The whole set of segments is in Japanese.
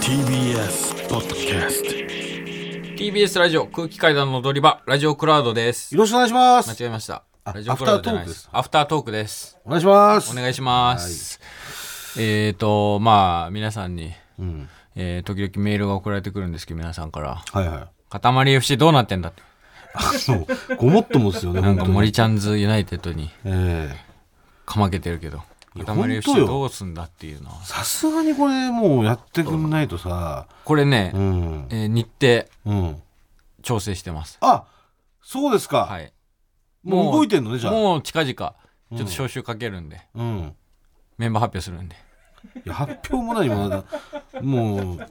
TBS ポッドキャス TBS ラジオ空気階段の踊り場ラジオクラウドですよろしくお願いしま間す。違えましたあラジオクラウドじゃないですアフタートークですお願いします。お願いしますえっ、とまあ皆さんに、んえー時々メールが送られてくるんですけど皆さんからはいはい。 「塊 FC どうなってんだ」ってそう、ごもっともですよね、なん本か当に。森ちゃんズユナイテッドにええかまけてるけどいや塊 FC 本当よどうすんだっていうのはさすがにこれもうやってくんないとさ、これね、うん。えー日程うん。調整してますあ、そうですか。はいもう動いてんのね、じゃあ。もう近々ちょっと招集かけるんで、うん。メンバー発表するんでいや、発表も何もなんだ。もう、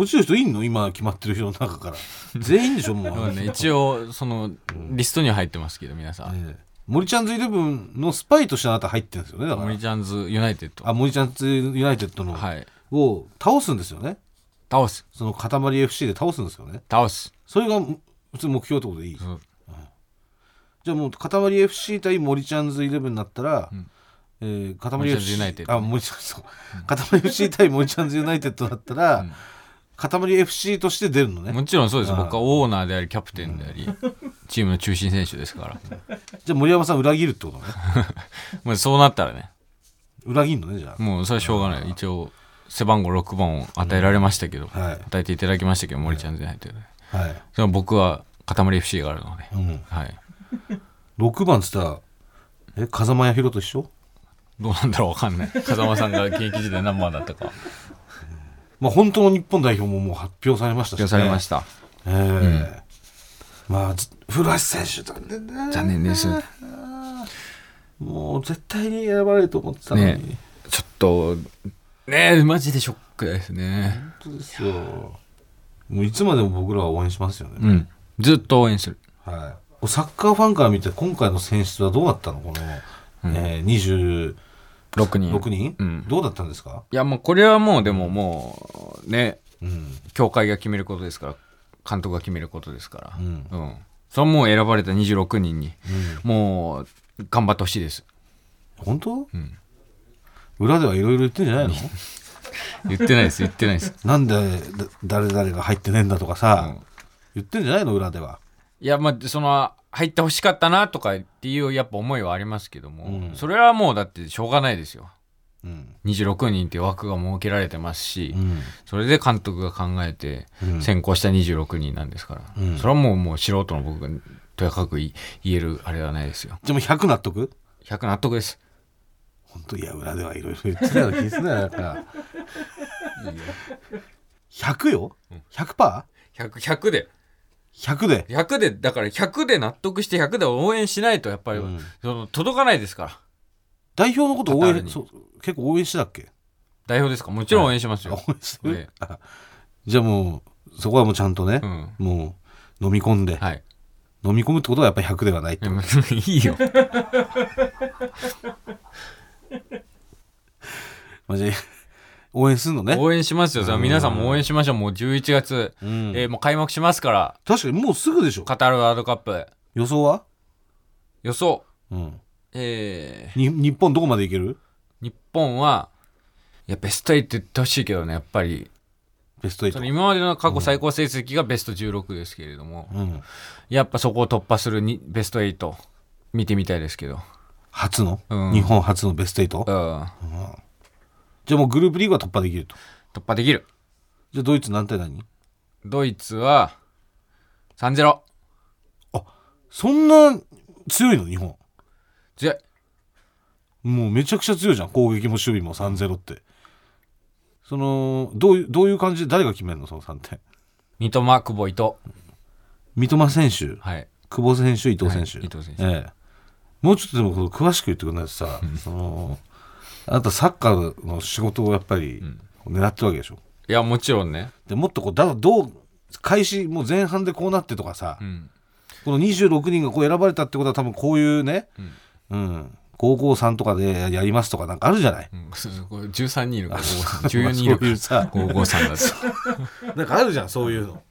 落ちる人いんの今決まってる人の中から。全員でしょ、もだからう。ね、一応そのリストには入ってますけど皆さん、ええ森ちゃんズイレブンのスパイとしてあなた入ってるんですよね、だか森ら。ちゃんズユナイテッドあ、森ちゃんズユナイテッドの、はいを倒すんですよね。倒すその塊 FC で倒すんですよね。倒すそれが普通目標ってことでいい、んじゃあもう塊 FC 対森ちゃんズイレブンになったら、えー塊森ちゃんズ FC ユナイテッドあ森ちゃんそう塊 FC 対森ちゃんズユナイテッドだったら、塊 FC として出るのねもちろんそうですああ僕はオーナーでありキャプテンであり、チームの中心選手ですから、じゃあ森山さん裏切るってことねもうそうなったらね裏切るのねじゃあ、もうそれはしょうがない一応背番号6番を与えられましたけど、はい与えていただきましたけど森ちゃんズユナイテッドではい、それは僕は塊 FC があるので、うん、はい6番っつったらえ風間彌弘と一緒どうなんだろうわかんない風間さんが現役時代何番だったかまあ本当の日本代表ももう発表されましたし、発ね、、表されましたたええまあず古橋選手残念だね残念ですもう絶対に選ばれると思ってたのに、ねちょっとねえマジでショックですね本当ですよもういつまでも僕らは応援しますよね、うんずっと応援するはい、サッカーファンから見て今回の選出はどうだったのこの、えー、 6人26人、うんどうだったんですか、いやもうこれはもうでももうねうん、協会が決めることですから監督が決めることですからううんん、それはもう選ばれた26人に、もう頑張ってほしいです本当、ん裏ではいろいろ言ってんじゃないの言ってないです言ってないですなんでだ誰々が入ってねえんだとかさ、うん言ってんじゃないの裏では。いやまあその入ってほしかったなとかっていうやっぱ思いはありますけども、うんそれはもうだってしょうがないですようん26人っていう枠が設けられてますし、うんそれで監督が考えてうん先行した26人なんですから、うんそれはもうもう素人の僕がとやかく言言えるあれはないですよでも100納得100納得です本当いや裏ではいろいろ言ってたような気するなだから100よ 100%?100 100, 100でで100でだから100で納得して100で応援しないとやっぱり、うんその届かないですから代表のこと応カタール援にそう結構応援してたっけ代表ですかもちろん応援しますよ、応援してええるあじゃあもうそこはもうちゃんとね、うんもう飲み込んで、 はい飲み込むってことはやっぱり100ではないってでもいいよマジで 応援するのね、 応援しますよさあ皆さんも応援しましょうもう11月、うんえーもう開幕しますから確かにもうすぐでしょカタールワールドカップ予想は、予想うん、えーに日本どこまでいける日本はいやベスト8って言ってほしいけどねやっぱりベストその8、今までの過去最高成績がベスト16ですけれども、うん、やっぱそこを突破するにベスト8見てみたいですけど、初の、うん日本初のベスト 8? うん、突じゃあもうグループリーグは突破できると破できるじゃあドイツ何対何ドイツは3-0そんな強いの日本強いもうめちゃくちゃ強いじゃん攻撃も守備も3-0ってそのどういうどういう感じで誰が決めるのその3点三笘久保伊藤三笘選手はい久保選手伊藤選手、はい伊藤選手ええもうちょっとでもこの詳しく言ってくれないとさそのあなたサッカーの仕事をやっぱり狙ってるわけでしょいやもちろんね、でもっとこうだどう開始もう前半でこうなってとかさ、うん、この26人がこう選ばれたってことは多分こういうね、うん高校3とかでやりますとかなんかあるじゃないうん、そうそうこれ13人いるから14人いる そういうさ553だってなんかあるじゃんそういうの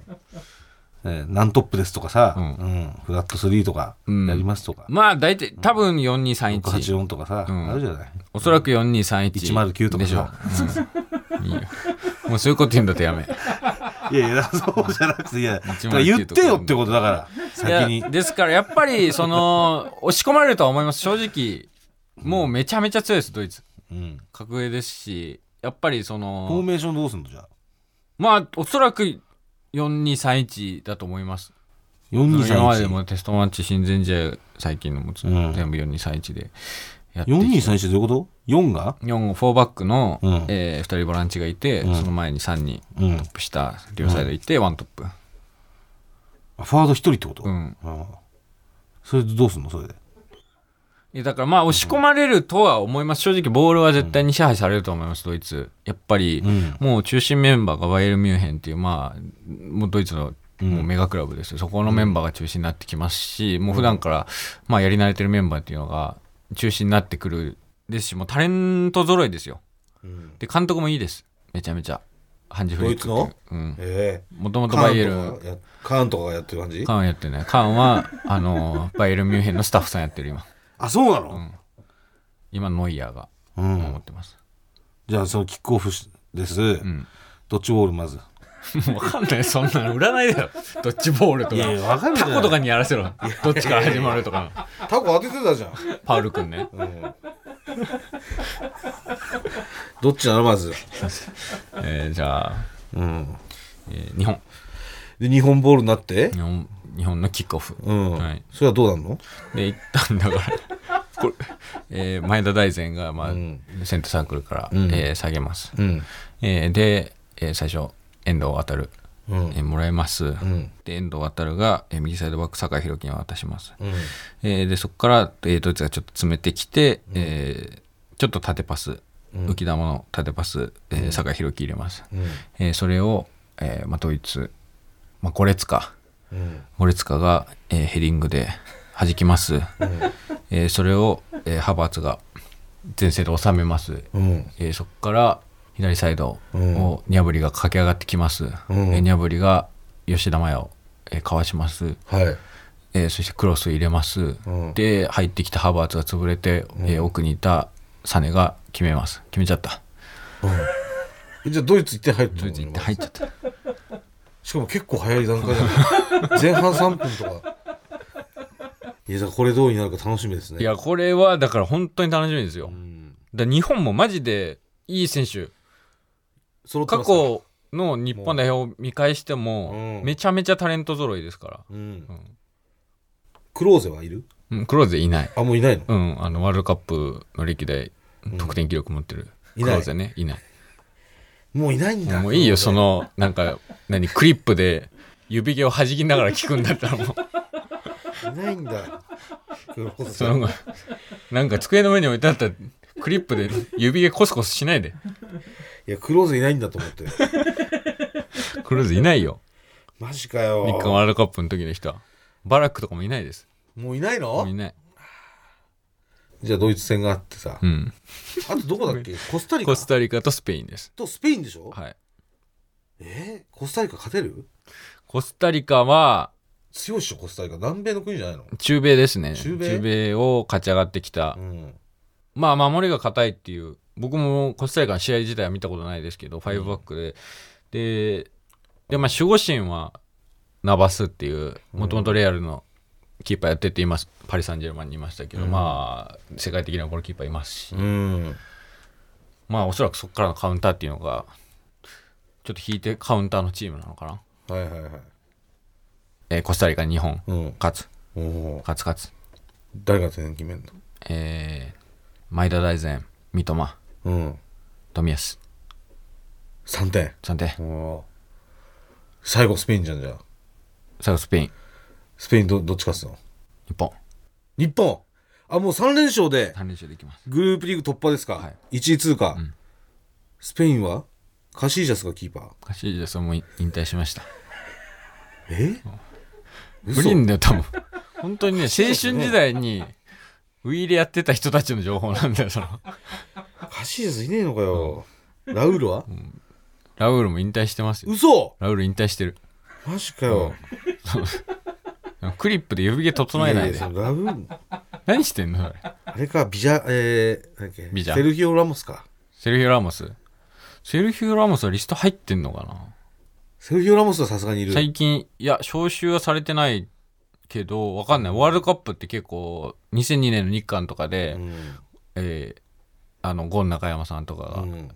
えー、何トップですとかさ、ううんんフラット3とかうんやりますとか、 まあ大体多分4231 684とかさ、んあるじゃないおそらく4231 109とかでしょさ、 うんいいよもうそういうこと言うんだってやめいやいやそうじゃなくていやだ109から言ってよってことだからい先やにですからやっぱりその 押し込まれるとは思います正直もうめちゃめちゃ強いですドイツうん格上ですしやっぱりそフォーのメーションどうすんのじゃあまあおそらく4231だと思います今まで4231もテストマッチ親善試合最近のもつ、うん全部4231でやってきて4231どういうこと4が4を4バックの、うんえ2人ボランチがいて、うんその前に3人うんトップ下両サイドいて、ワントップあフォワード1人ってこと、うんああそれでどうすんのそれでいやだからまあ押し込まれるとは思います正直ボールは絶対に支配されると思いますドイツやっぱり、うんもう中心メンバーがバイエルミュンヘンっていう、まあ、もうドイツのもうメガクラブですよ、そこのメンバーが中心になってきますし、もう普段から、まあ、やり慣れてるメンバーっていうのが中心になってくるですし、もうタレント揃いですよ。で、監督もいいです、めちゃめちゃ。ハンジフリックっていうドイツうん。えもともえとバイエルン、ルカーンとかがやってる感じカンはやってない。カンは、あのー、バイエルンミュンヘンのスタッフさんやってる今。あそうなの、今、ノイヤーがうん思ってます。じゃあそのキックオフしです、んドッジボールまずもうわかん ない、そんなの占いだよ。ドッジボールとか。いやいやわかるじゃタんコとかにやらせろ。どっちから始まるとか。タコ当ててたじゃん、パウル君ね。うん、どっちなのま ず、えーじゃあ、うん、えー日本。で日本ボールになって日本、日本のキックオフ。うん、はい。それはどうなんので、行ったんだから。これ、えー前田大然が、まあ、んセンターサークルから、んえー下げます。うんえーで、えー最初、遠藤渡る。うんえーもらいます。んで、遠藤渡るが、えー右サイドバック、酒井宏樹に渡します。うんえーでそこから、えードイツがちょっと詰めてきて、えーちょっと縦パス、浮き球の縦パス、えー酒井宏樹入れます、えーそれを、えーまあ、ドイツ、まあ、ゴレツカうんゴレツカが、えーヘディングで弾きます、えーそれを、えーハバーツが前線で収めます、うんえーそこから左サイドをニャブリが駆け上がってきます、んえーニャブリが吉田麻也を、えーかわします、はいえーそしてクロス入れます、うんで入ってきたハバーツが潰れて、えー奥にいたサネが決めます決めちゃったじゃあドイツ行って入ってドイツ行って入っちゃったしかも結構早い段階じゃ ない前半3分とかいやだからこれどうになるか楽しみですねいやこれはだから本当に楽しみですよ、うんだから日本もマジでいい選手揃って過ますか去の日本代表を見返してもうんめちゃめちゃタレント揃いですから、うんうんクローゼはいるうん、クローゼいない、あもういないのうん、あのワールドカップの歴代得点記録持ってる、いクないローゼねいないもういないんだもういいよ、そのの、なんか、何、クリップで指毛を弾きながら聞くんだった らもいないんだクローう、ゼその、なんか机の上に置いてあったクリップで指毛コスコスしないで。いやクローゼいないんだと思ってクルーズいないよ。マジか日韓ワよールドカップの時の人は。バラックとかもいないです。もういないもういのない。じゃあドイツ戦があってさうん。あとどこだっけコスタリカコスタリカとスペインです。とスペインでしょはい。えーコスタリカ勝てるコスタリカは、強いっしょコスタリカ南米の国じゃないの中米ですね。中中米米を勝ち上がってきたう。んまあ、守りが硬いっていう、僕もコスタリカの試合自体は見たことないですけど、ファイブバックで、で、で、まあ、守護神はナバスっていう、もともとレアルのキーパーやってて、今、パリ・サンジェルマンにいましたけど、まあ、世界的なゴールキーパーいますし、うんまあ、おそらくそこからのカウンターっていうのが、ちょっと引いてカウンターのチームなのかな。はいはいはいえーコスタリカ、日本、うん勝つ、おお勝つ、勝つ。誰が点決めんのえー、前田大然、三笘、うん冨安、 3点3点、おー最後スペインじゃんじゃあ最後スペイン、スペインどどっち勝つの日本、日本あもう3連勝で3連勝できます。グループリーグ突破ですか、はい1位通過、スペインはカシージャスがキーパーカシージャスも引退しました。え不倫だよ、多分。本当にね、 青春時代に、ウィーレやってた人たちの情報なんだよ、その。カシージャスいねえのかよ、ラウールは、ラウールも引退してますよ。嘘ラウール引退してる。マジかよ、クリップで指毛整えないでややラブーン何してんのそれあれか、ビジャ、えー、なんだっけビジャセルヒオ・ラモスか。セルヒオ・ラモスセルヒオ・ラモスはリスト入ってんのかなセルヒオ・ラモスはさすがにいる。最近いや招集はされてないけどわかんないワールドカップって結構2002年の日韓とかで、うんえーあのゴン中山さんとかが、うん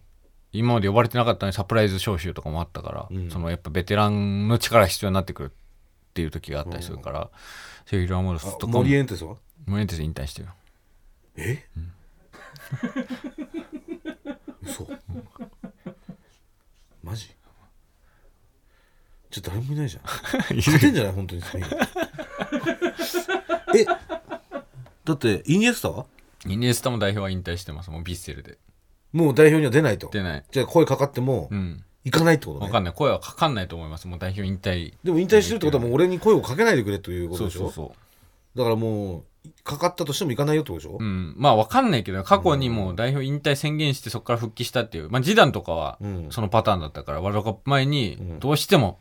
今まで呼ばれてなかったのにサプライズ招集とかもあったから、うんそのやっぱベテランの力が必要になってくるっていう時があったりするから、セルヒオ・ラモスあとかもモリエンテスはモリエンテス引退してるえ、嘘マジちょっと誰もいないじゃん 勝てんじゃない本当にスペインえだってイニエスタはイニエスタも代表は引退してますもうヴィッセルでもう代表には出ないと出ないじゃあ声かかってもうん行かないってことね、分かんない声はかかんないと思いますもう代表引退でも引退してるってことはもう俺に声をかけないでくれということでしょそだからもうかかったとしても行かないよってことでしょ、ううんまあ分かんないけど過去にもう代表引退宣言してそこから復帰したっていうまあ示談とかはうんそのパターンだったからワールドカップ前にんどうしても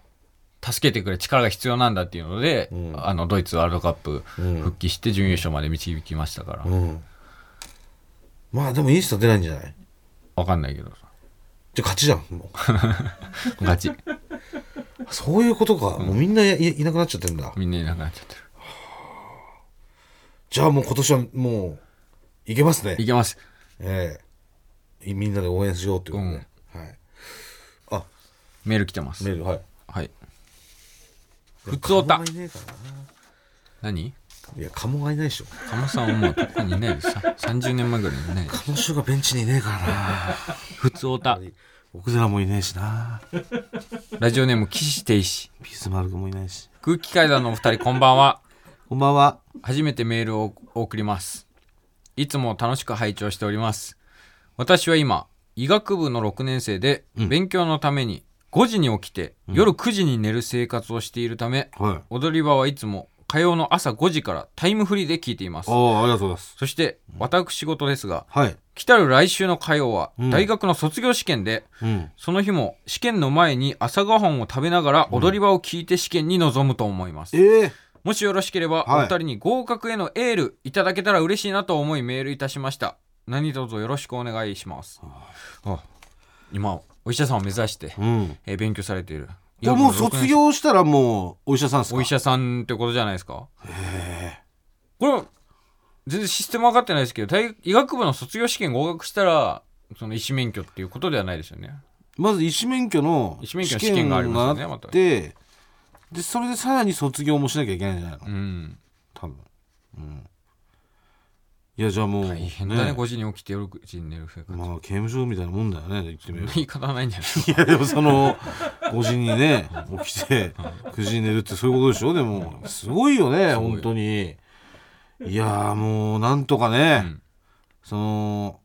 助けてくれ力が必要なんだっていうので、うんあのドイツワールドカップうん復帰して準優勝まで導きましたから、わうん。まあでもインスタ出ないんじゃない分かんないけどさじゃあ勝ちじゃん。もガチうそういうことか。もうみんないいいなくなっちゃってんだ。みんないなくなっちゃってるじゃあもう今年はもう、いけますねい。けますええみんなで応援しようということで。はい。あ、メール来てますメール、はい。はい普通おカたモがいねえから何な。いや、カモがいないでしょ。鴨さんはもうここにいないですさ30年前ぐらいにいないカモシュがベンチにいねえからな。普通おた奥寺もいねえしな。ラジオネーム岸定石ピースマルクもいないし。空気階段のお二人こんばんはこんばんは。初めてメールをお送りますいつも楽しく拝聴しております私は今医学部の6年生で勉強のために5時に起きて夜9時に寝る生活をしているため、はい。踊り場はいつも火曜の朝5時からタイムフリーで聞いていますああ、ありがとうございます。そして私事ですがはい。来たる来週の火曜はうん大学の卒業試験で、うん。その日も試験の前に朝ごはんを食べながら踊り場を聞いて試験に臨むと思います、ええもしよろしければ、はいお二人に合格へのエールいただけたら嬉しいなと思いメールいたしました何卒よろしくお願いしますあ今お医者さんを目指して、うん。えー勉強されているこれもう卒業したらもうお医者さんですかお医者さんってことじゃないですかこれ全然システム分かってないですけど大医学部の卒業試験合格したらその医師免許っていうことではないですよねまず医師免許の医師免許の試験がありますよね試験があってでそれでさらに卒業もしなきゃいけないんじゃないのうん多分うんいやじゃあもう大変だね5時に起きて夜9時に寝る生活、まあ刑務所みたいなもんだよね言ってみれば 言い方ないんじゃないいやでもその5時にね起きて9時に寝るってそういうことでしょでもすごいよねごい本当にいやーもうなんとかね、うんその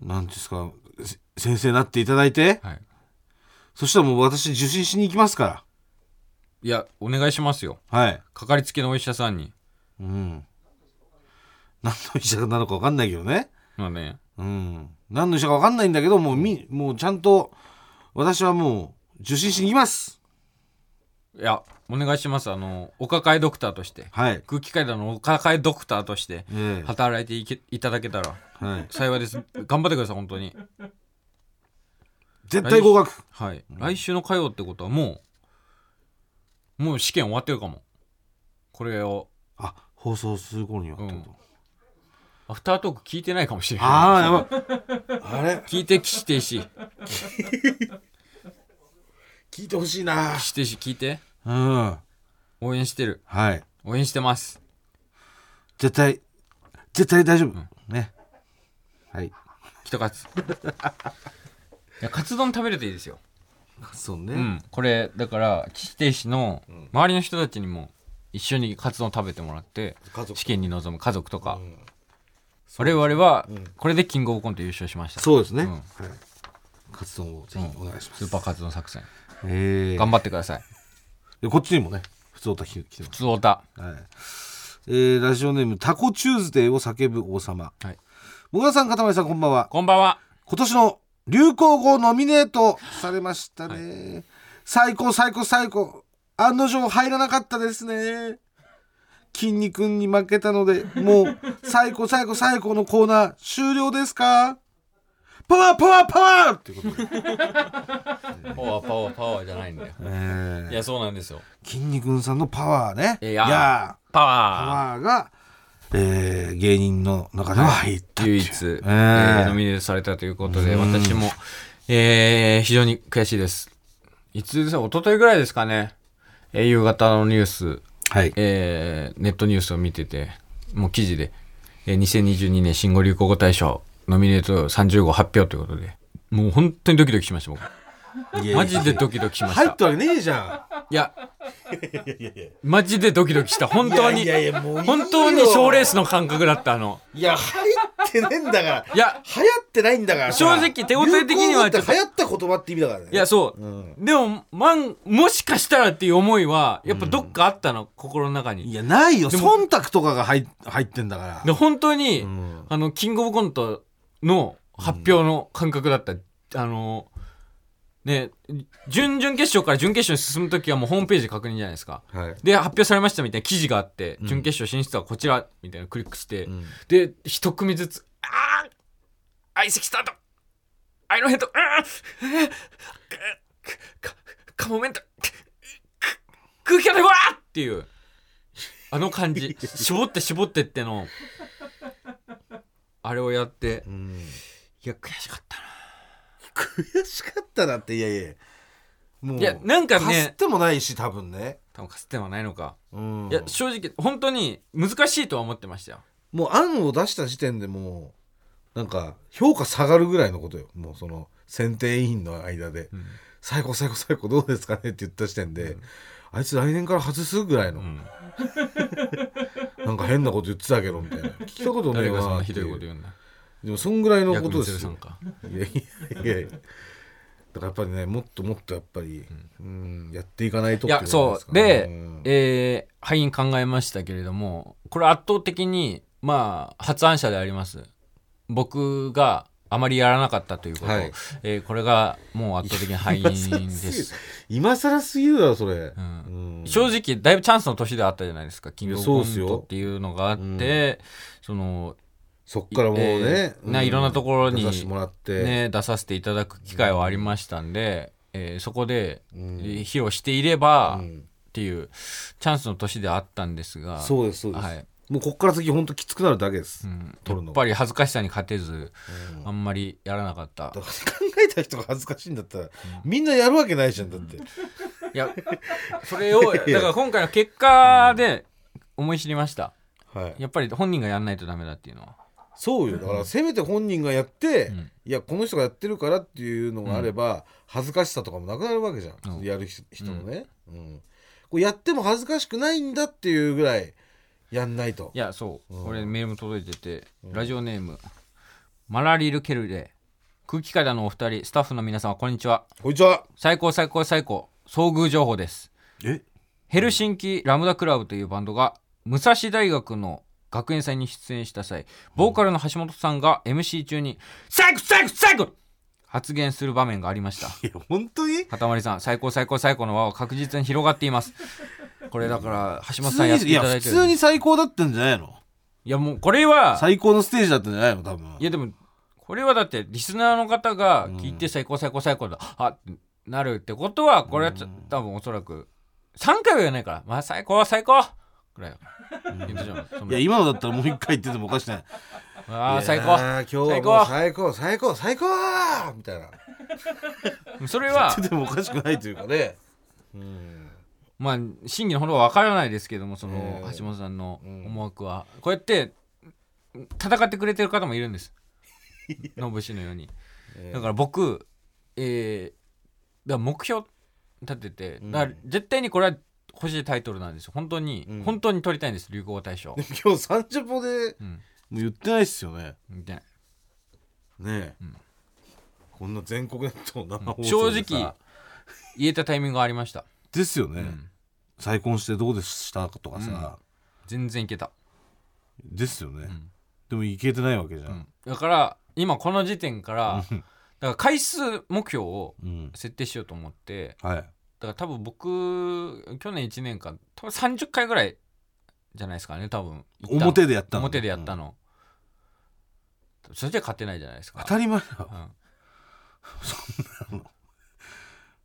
なんていうんですかせ先生になっていただいてはい、そしたらもう私受診しに行きますかいやお願いしますよらはいかかりつけのお医者さんにうん何の医者なのか分かんないけどねまあねうん何の医者か分かんないんだけどもうみもうちゃんと私はもう受診しに行きますいやお願いしますあのお抱えドクターとしてはい空気階段のお抱えドクターとしてええ働いていけいただけたらはい幸いです頑張ってください本当に絶対合格はい、来週の火曜ってことはもうもう試験終わってるかもこれをあ放送する頃にはってこと、うんアフタートーク聞いてないかもしれないああやばいあれ聞いて岸て石聞いてほしいな。岸て石聞いてうん応援してるはい応援してます絶対絶対大丈夫、ねはい人勝ついやカツ丼食べるといいですよ、そううね。ん、これだから岸て石の周りの人たちにも一緒にカツ丼食べてもらって家族試験に臨む家族とか、ん我々はこれでキングオブコント優勝しました、そうですね、うんはいカツ丼をぜひお願いします、スーパーカツ丼作戦ええ頑張ってくださいでこっちにもね普通おたき来てます普通オタはいえー、ラジオネームタコチューズデーを叫ぶ王様はいもがさんかたまりさんこんばんはこんばんは今年の流行語ノミネートされましたね、最高最高最高案の定入らなかったですね。筋肉に負けたので、もう、最高最高最高のコーナー終了ですかパワーパワーパワーっていうこと で。パワーパワーパワーじゃないんだよ。いや、そうなんですよ。筋肉さんのパワーね。いやーーパパワワーが、えー芸人の中では入ったっーていう唯一、ええーノーミネートされたということで、私も、えー非常に悔しいです。いつですか一昨日ぐらいですかね、えー夕方のニュース、はい。えーネットニュースを見てて、もう記事で、えー2022年新語・流行語大賞、ノミネート30号発表ということで、もう本当にドキドキしました、僕。マジでドキドキしました。入ったわけねえじゃいや、マジでドキドキした、本当に。いやいやいやもういいよ本当に賞レースの感覚だった、あの。んいや入ってねえんだからいや、流行ってないんだから正直手応え的には流行語ちょっってと流行った言葉って意味だからねいや、そう。でも、まん、もしかしたらっていう思いは、やっぱどっかあったの、心の中いに。や、ないよ。でも忖度とかが入入ってんだから。で、本当に、んあの、キングオブコントの発表の感覚だった。あの、ね、準々決勝から準決勝に進むときはもうホームページ確認じゃないですか。はいで、発表されましたみたいな記事があって、準決勝進出はこちら、みたいなクリックして、で、一組ずつ、あー相席スタートアイロンヘッドあーえーか、かカモメントくく空気が出わーっていう、あの感じ、絞って絞ってっての、あれをやって、うんいや、悔しかったな。悔しかったなっていやいやもういやなんかねかすってもないし多分ね多分かすってはないのか。うんいや、正直、本当に難しいとは思ってましたよ。もう案を出した時点でもうなんか評価下がるぐらいのことよもうその選定委員の間で、最高最高最高どうですかねって言った時点で、あいつ来年から外すぐらいの、んなんか変なこと言ってたけどみたいな聞いたことねえ誰がそんわなってひいどいことう言うんだ。でもそんぐらいのヤこクとルでトすさよんか。いやいやいやいやだからやっぱりねもっともっとやっぱり、うんやっていかないとっいてやいことそすうかねで、うんえー敗因考えましたけれどもこれ圧倒的にまあ発案者であります僕があまりやらなかったということ、はいえーこれがもう圧倒的に敗因今で 更ぎるす、今更すぎるだろそれ、うんうん正直だいぶチャンスの年であったじゃないですかキングオブコそうンっすトよっていうのがあってそのそっからもうねえ、ーないろんなところに出させてもらって、ね、出させていただく機会はありましたんで、えーそこで、んえー披露していれば、うんっていうチャンスの年であったんですがそうですそうです、はいもうこっから先本当きつくなるだけです、うん取るやのっがぱり恥ずかしさに勝てず、あんまりやらなかっただから考えた人が恥ずかしいんだったら、みんなやるわけないじゃんだって、いやそれ をだから今回の結果で思い知りましたはい、やっぱり本人がやんないとダメだっていうのはそうよだからせめて本人がやって、んいやこの人がやってるからっていうのがあれば、恥ずかしさとかもなくなるわけじゃん、うんやる人人のね、うんこうやっても恥ずかしくないんだっていうぐらいやんないといやそう、俺メールも届いてて、ラジオネームマラリル・ケルレ空気階段のお二人スタッフの皆様こんにちはこんにちは最高最高最高遭遇情報ですえヘルシンキラムダクラブというバンドが武蔵大学の学園祭に出演した際ボーカルの橋本さんが MC 中に「最高最高最高!」発言する場面がありましたいや本当にかたまりさん最高最高最高の輪は確実に広がっていますこれだから橋本さんやっていいやただ普いてる通いに最高だったんじゃないのやもうこれは最高のステージだったんじゃないの多分いやでもこれはだってリスナーの方が聞いて最高最高最高だ、あってなるってことはこれはちょ多分おそらく3回は言えないからまあ最高最高ぐらいだから言ってしまうそのいや今のだったらもう一回言っててもおかしくないああいやー最高今日はもう最高最高最高みたいなそれは言っててもおかしくないというかねまあ真偽のほどは分からないですけどもそのえー橋本さんの思惑は、こうやって戦ってくれてる方もいるん ですノブ氏のように、だから僕えーだから目標立ててだから絶対にこれは欲しいタイトルなんですよ本当に、うん本当に取りたいんです流行語 大賞今日30歩でうんもう言ってないっすよねみたいなねえ、こんな全国ネットの生放正送でさ直言えたタイミングがありましたですよね、ん再婚してどうでしたとかさ、全然いけた、ですよね、んでもいけてないわけじゃ、うんんだから今この時点からだんから回数目標をうん設定しようと思ってはいから多分僕去年1年間多分30回ぐらいじゃないですかね多分行った表でやったの表でやったの、それじゃ勝てないじゃないですか当たり前だうよん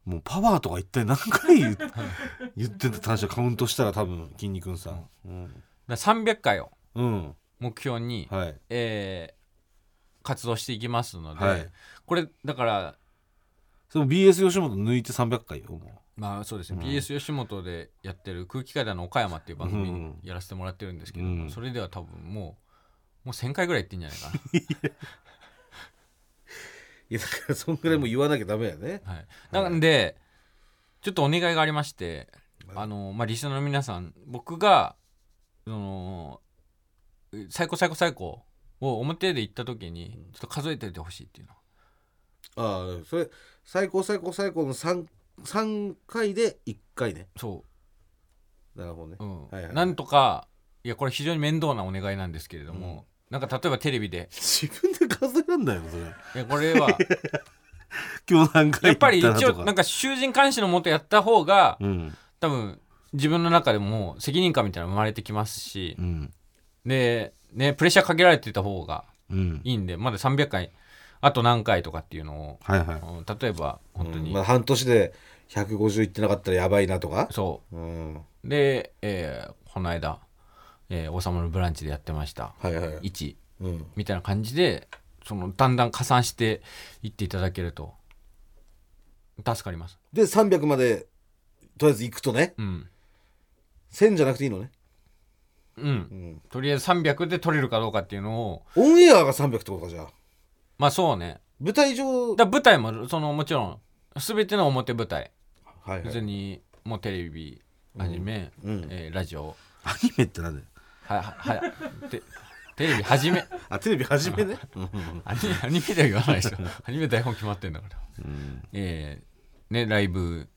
もうパワーとか一体何回言っ言ってた話をカウントしたら多分筋肉さんうん、だから300回をうん、目標に、はいえー活動していきますので、はいこれだからその BS 吉本抜いて300回よもうまあそうですね、BS 吉本でやってる「空気階段の岡山」っていう番う組んやらせてもらってるんですけど、うんそれでは多分もうもう1,000回ぐらいいってんじゃないかいやだから そんぐらいもう言わなきゃダメやね、な。はい、なんでちょっとお願いがありましてあの、まあ、リスナーの皆さん僕がその「最高最高最高」を表で言った時にちょっと数えておいてほしいっていうの。ああそれ最高最高最高の 3, 三回で1回ねそなるほどね、う、うんはいはいなんとかいやこれ非常に面倒なお願いなんですけれども、なんか例えばテレビで 自分で数えるんだよそれいやこれは。今日何回やっぱり一言たなと応かなんか囚人監視のもとやった方がうん多分自分の中でももう責任感みたいなの生まれてきますしうんでねプレッシャーかけられてた方がうんいいんでまだ300回あと何回とかっていうのはいはいをうん例えば本当うんにまあ、半年で150いってなかったらやばいなとかそうんうでえーこの間「えー王様のブランチ」でやってましたはいはい、 1うん、みたいな感じでそのだんだん加算していっていただけると助かりますで300までとりあえず行くとねうん1000じゃなくていいのね、ううんん、とりあえず300で取れるかどうかっていうのをオンエアが300ってことかじゃあまあそうね舞台上だから舞台もそのもちろん全ての表舞台はいは別いにもうテレビはじめ、うんえーラジオアニメってなんだよはははてテレビはじめあテレビ初めねアニアニメでは言わないでしょアニメ台本決まってんだから、えーねライブ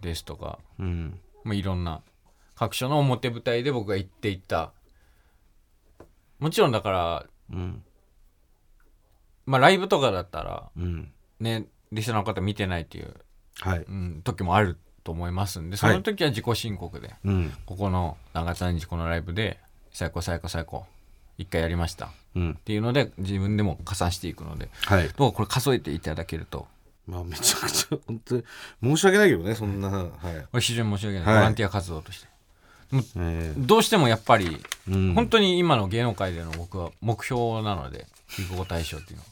ですとか、うんまあ、いろんな各所の表舞台で僕が行っていたもちろんだから、うんまあ、ライブとかだったらうんねリスナーの方見てないっていう、はいうん、時もあると思いますんでその時は自己申告で。うんここの長谷日このライブで最高最高最高一回やりましたっうんていうので自分でも加算していくのではいどうこれ数えていただけるとまあめちゃくちゃ本当に申し訳ないけどねそんな、はい、これ非常に申し訳ない、はいボランティア活動としてえどうしてもやっぱり、ーうん本当に今の芸能界での僕は目標なので流行語大賞っていうのは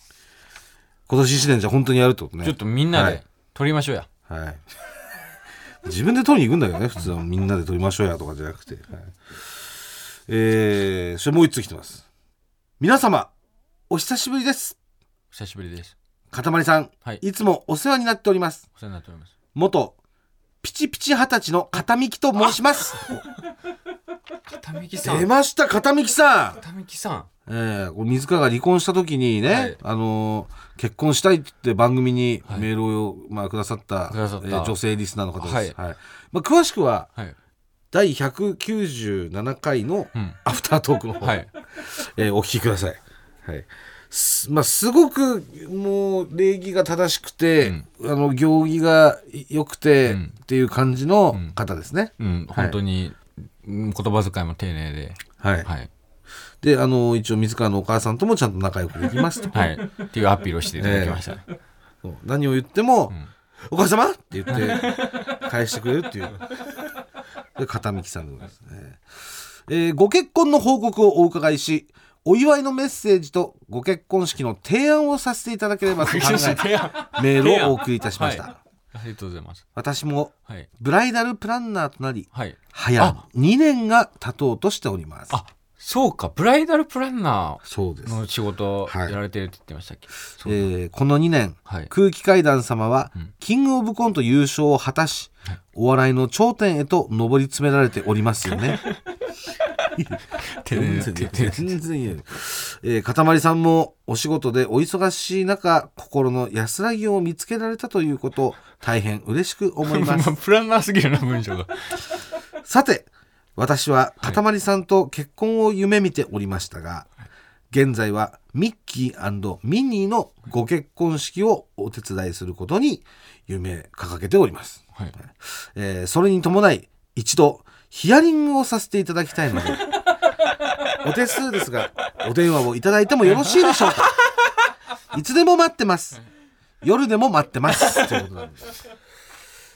今年一年じゃ本当にやるってことねちょっとみんなはでい取りましょうや、はい。 自分で取りに行くんだけどね、普通はみんなで取りましょうやとかじゃなくて。はい、えー、それもう一通来てます。皆様、お久しぶりです。久しぶりですかたまりさん、はいいつもお世話になっております。お世話になっております元、ピチピチ二十歳の片幹と申し ます。片道さ出んました、片幹さん。片道さんえー、これ水川が離婚した時にね、はいあのー結婚したいって言って番組にメールを、まあ、くださったくださったえー女性リスナーの方です。ははいいまあ、詳しくははい第197回のうんアフタートークの方、はいえーお聞きください。はいすまあ、すごくもう礼儀が正しくて、あの行儀が良くて、うんっていう感じの方ですね。うん本当に、うん言葉遣いも丁寧ではいはいであの一応水川のお母さんともちゃんと仲良くできますと、はい、っていうアピールをしていただきました、ねそう何を言っても「お母様!」って言って返してくれるっていうで片道さんでございますね、えーご結婚の報告をお伺いしお祝いのメッセージとご結婚式の提案をさせていただければと考えメールをお送りいたしました、はいありがとうございます。私もはい。ブライダルプランナーとなりはい。早2年が経とうとしておりますあ、そうか。ブライダルプランナそうでーの仕事をはやいられてるって言ってましたっけ、そうえーこの2年、はい空気階段様は、キングオブコント優勝を果たし、お笑いの頂点へと上り詰められておりますよね。 全然いい 全然いいよえー、かたまりさんもお仕事でお忙しい中心の安らぎを見つけられたということ大変嬉しく思います プランナーすぎるな、文章が。さて私はかたまりさんと結婚を夢見ておりましたが現在はミッキーミニーのご結婚式をお手伝いすることに夢掲げております、はいえーそれに伴い一度ヒアリングをさせていただきたい のでお手数ですがお電話をいただいてもよろしいでしょうかいつでも待ってます夜でも待ってますということなんで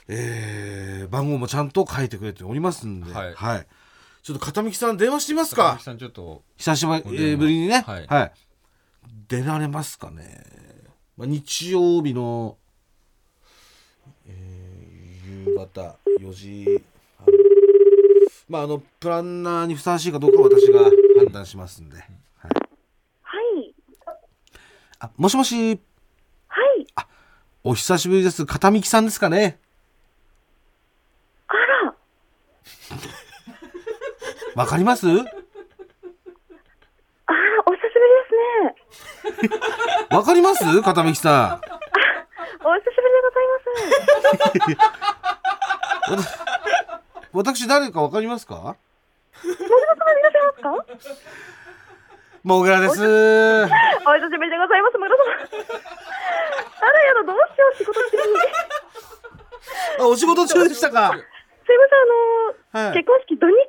えー番号もちゃんと書いてくれておりますんで、ははいいちょっと片道さん電話してみます高か橋さんちょっと久しぶりにね、ははいい出られますかね、まあ、日曜日の、えー夕方4時半まああのプランナーにふさわしいかどうかは私が判断しますんで、はい、はい。あもしもしはい。お久しぶりです片道さんですかねあら、 わかりますわあら、お久しぶりですね。かります片道さんお久しぶりでございます。 私誰かわかりますかどうしまもぐらですすかお久しぶりでございます、村さん。あらやだ、どうしよう、仕事中に。あお仕事中でしたかすいません、あの、はい結婚式土日が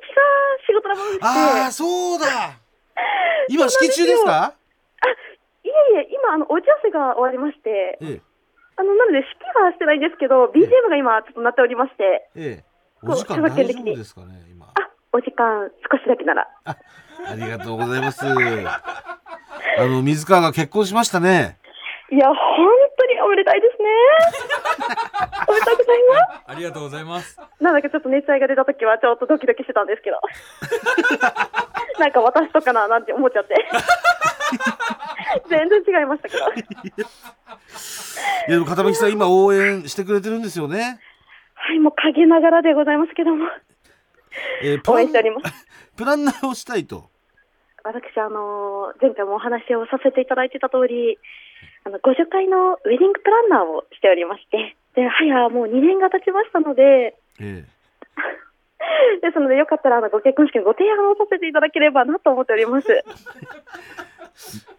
仕事なもんでして、ああそうだ今式中ですかいえいえ、今、あの、お打ち合わせが終わりまして、えあの、なので式はしてないんですけど、BGM が今、ちょっとなっておりまして、えええこうお時間佐賀県大で丈来て夫ですかね今あ、お時間少しだけなら。あありがとうございますあの水川が結婚しましたねいや、本当におめでた いですね。おめでとうございます。ありがとうございますなんだかちょっと熱愛が出た時はちょっとドキドキしてたんですけど。なんか私とかななんて思っちゃって。全然違いましたけど。はい。いやでも片道さん今応援してくれてるんですよね、もう陰ながらでございますけども。えー、プ応ラ援しておりンます。プランナーをしたいと私、あのー前回もお話をさせていただいてた通り、あの、50回のウェディングプランナーをしておりまして。で、早もう2年が経ちましたので、ええですのでよかったらあのご結婚式のご提案をさせていただければなと思っております。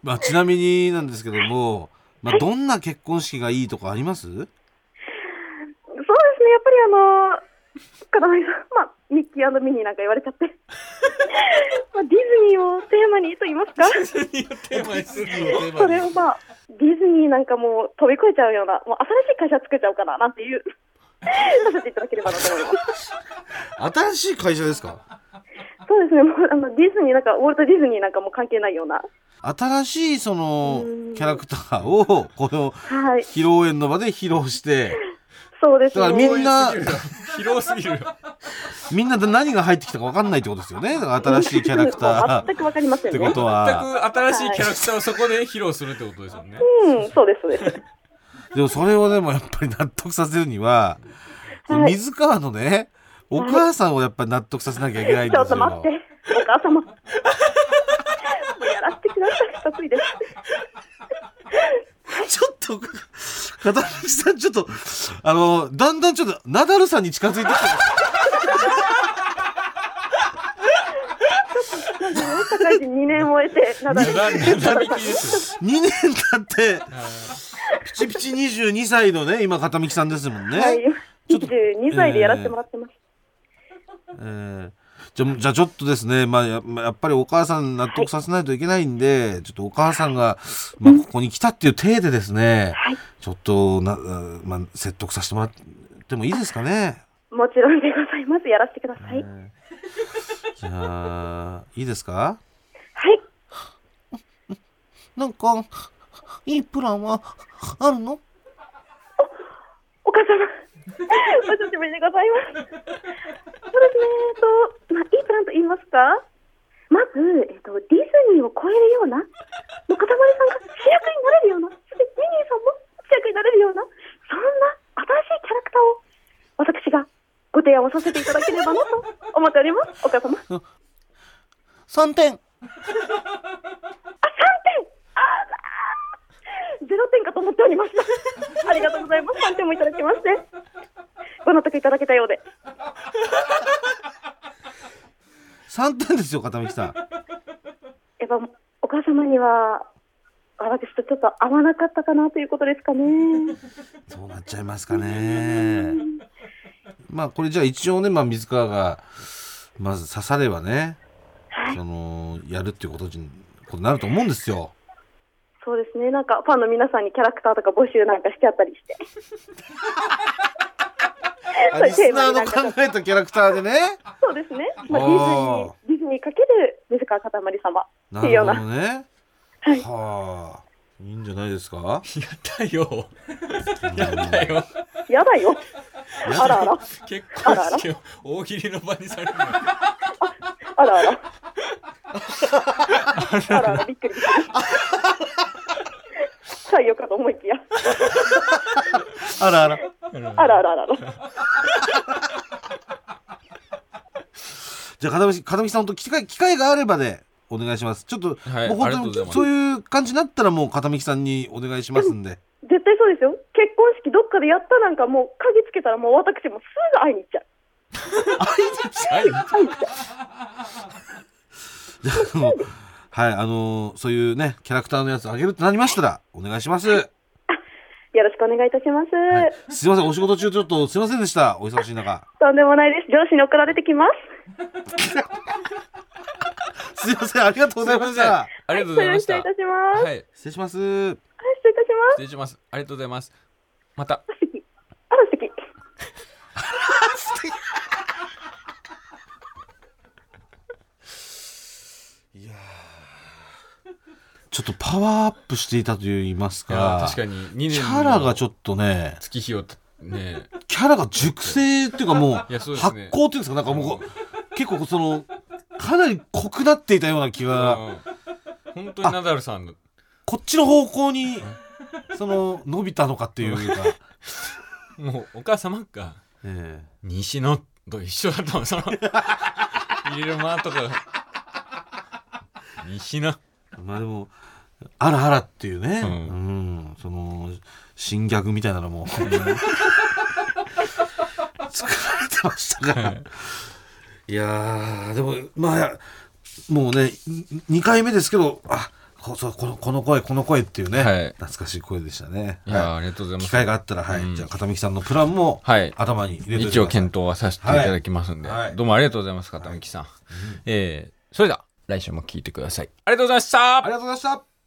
まあ、ちなみになんですけども、まあ、どんな結婚式がいいとかありますそうですね、やっぱりあの片上さん、まあ、ミッキーミニーなんか言われちゃって、 まあ、ディズニーをテーマにと言いますか、それをまあ、ディズニーなんかもう飛び越えちゃうような、もう新しい会社作っちゃおうかななんていう、させていただければなと思います。新しい会社ですかそうですね、もうあのディズニーなんか、ウォルト・ディズニーなんかも関係ないような、新しいそのうんキャラクターをこのはい、披露宴の場で披露してそうですだからね。みんな広すぎるよみんなで何が入ってきたか分かんないってことですよねだから新しいキャラクター全くわかりませっんてね。ことは新しいキャラクターをそこで披露するってことですよねうん、そうです、そうです。でもそれをでもやっぱり納得させるにははい水川のねお母さんをやっぱり納得させなきゃいけないんでちょっすと待よって、お母様。もうやらせてください、得意です。ちょっと片道さんちょっとあのだんだんちょっとナダルさんに近づいてきて社会人2年終えて、ナダルななびきです2年経ってピチピチ22歳のね今片道さんですもんね、はい、ちょっと22歳でやらせてもらってます。えーじゃあじゃあちょっとですね、まあ、やまあやっぱりお母さん納得させないといけないんで、ちょっとお母さんが、まあ、ここに来たっていう体でですね、はいちょっとな、あまあ、説得させてもらってもいいですかね。もちろんでございます。やらせてください。えーじゃあいいですかはい。なんかいいプランはあるのお母様、 お久しぶりでございます。そうですね、えっと、まあ、いいプランと言いますかまず、えっと、ディズニーを超えるような、もう、かたまりさんが主役になれるような、そしてミニーさんも主役になれるような、そんな新しいキャラクターを、私がご提案をさせていただければなと思っております。お母様。 3点ゼロ点かと思っており ました。ありがとうございます。3点もいただきまして。ご納得いただけたようで。 3点ですよ片道さんやっぱ、お母様には、私とちょっと合わなかったかなということですか ね。そうなっちゃいますかね。まあこれじゃあ一応ね、まあ、水川がまず刺さればね、そのやるっていうことにことになると思うんですよ。そうですね。なんかファンの皆さんにキャラクターとか募集なんかしちゃったりして。あリスナーの考えたキャラクターでね。そうですね。まあ、あディズニー、ディズニーかける水川かたまり様っなていうよるうほな。どね。はあ。いいんじゃないですか。やだよ。やだよ。 やだよ。あらあら。結婚式を大喜利の場にされるあらあら。あらあら、びっくりした。採用かと思いきや。あらあら。あらあらあらら。じゃあ片道片道さんと機会機会があればでお願いします。ちょっと、はいもうありがとう本当にございますそういう感じになったらもう片道さんにお願いしますんで。絶対そうですよ。結婚式どっかでやったなんかもう、鍵つけたらもう私もすぐ会いに行っちゃう。じゃああのはいあのそういうねキャラクターのやつあげるってなりましたらお願いします。はいよろしくお願いいたします。すいませんお仕事中ちょっとすいませんでしたお忙しい中。とんでもないです。上司に怒られてきます。すいませんありがとうございましすいまた。ありがとうございましそた。はれでは失礼いたします。はい、い、失礼します。失礼いたします。失礼します。ありがとうございます。また。あらすき。あらすき。ちょっとパワーアップしていたと言いますいやか。確かに2年キャラがちょっとっとね、月日をたねキャラが熟成っていうかもういやそうです発酵っねていうんですか、なんかもうこう結構その、かなり濃くなっていたような気うが、ん本当にナダルさんのこっちの方向に、その、伸びたのかっていう か、もうお母様がええ西野と一緒だった のその入れる間とかが西野まあでも、あらあらっていうね、ううんん、その、新ギャグみたいなのも、 作られてましたから。いやー、でも、まあ、もうね、2回目ですけど、あこそうこのこの声、この声っていうね、はい懐かしい声でしたね。いやはありがとうございい、ま機す会があったら、はい、うんじゃあ、片道さんのプランも、はい頭に入れて一応検討はさせていただきますんで、はいはいどうもありがとうございます片道さん、えーそれでは来週も聞いてくださいありがとうございましたありがとうございました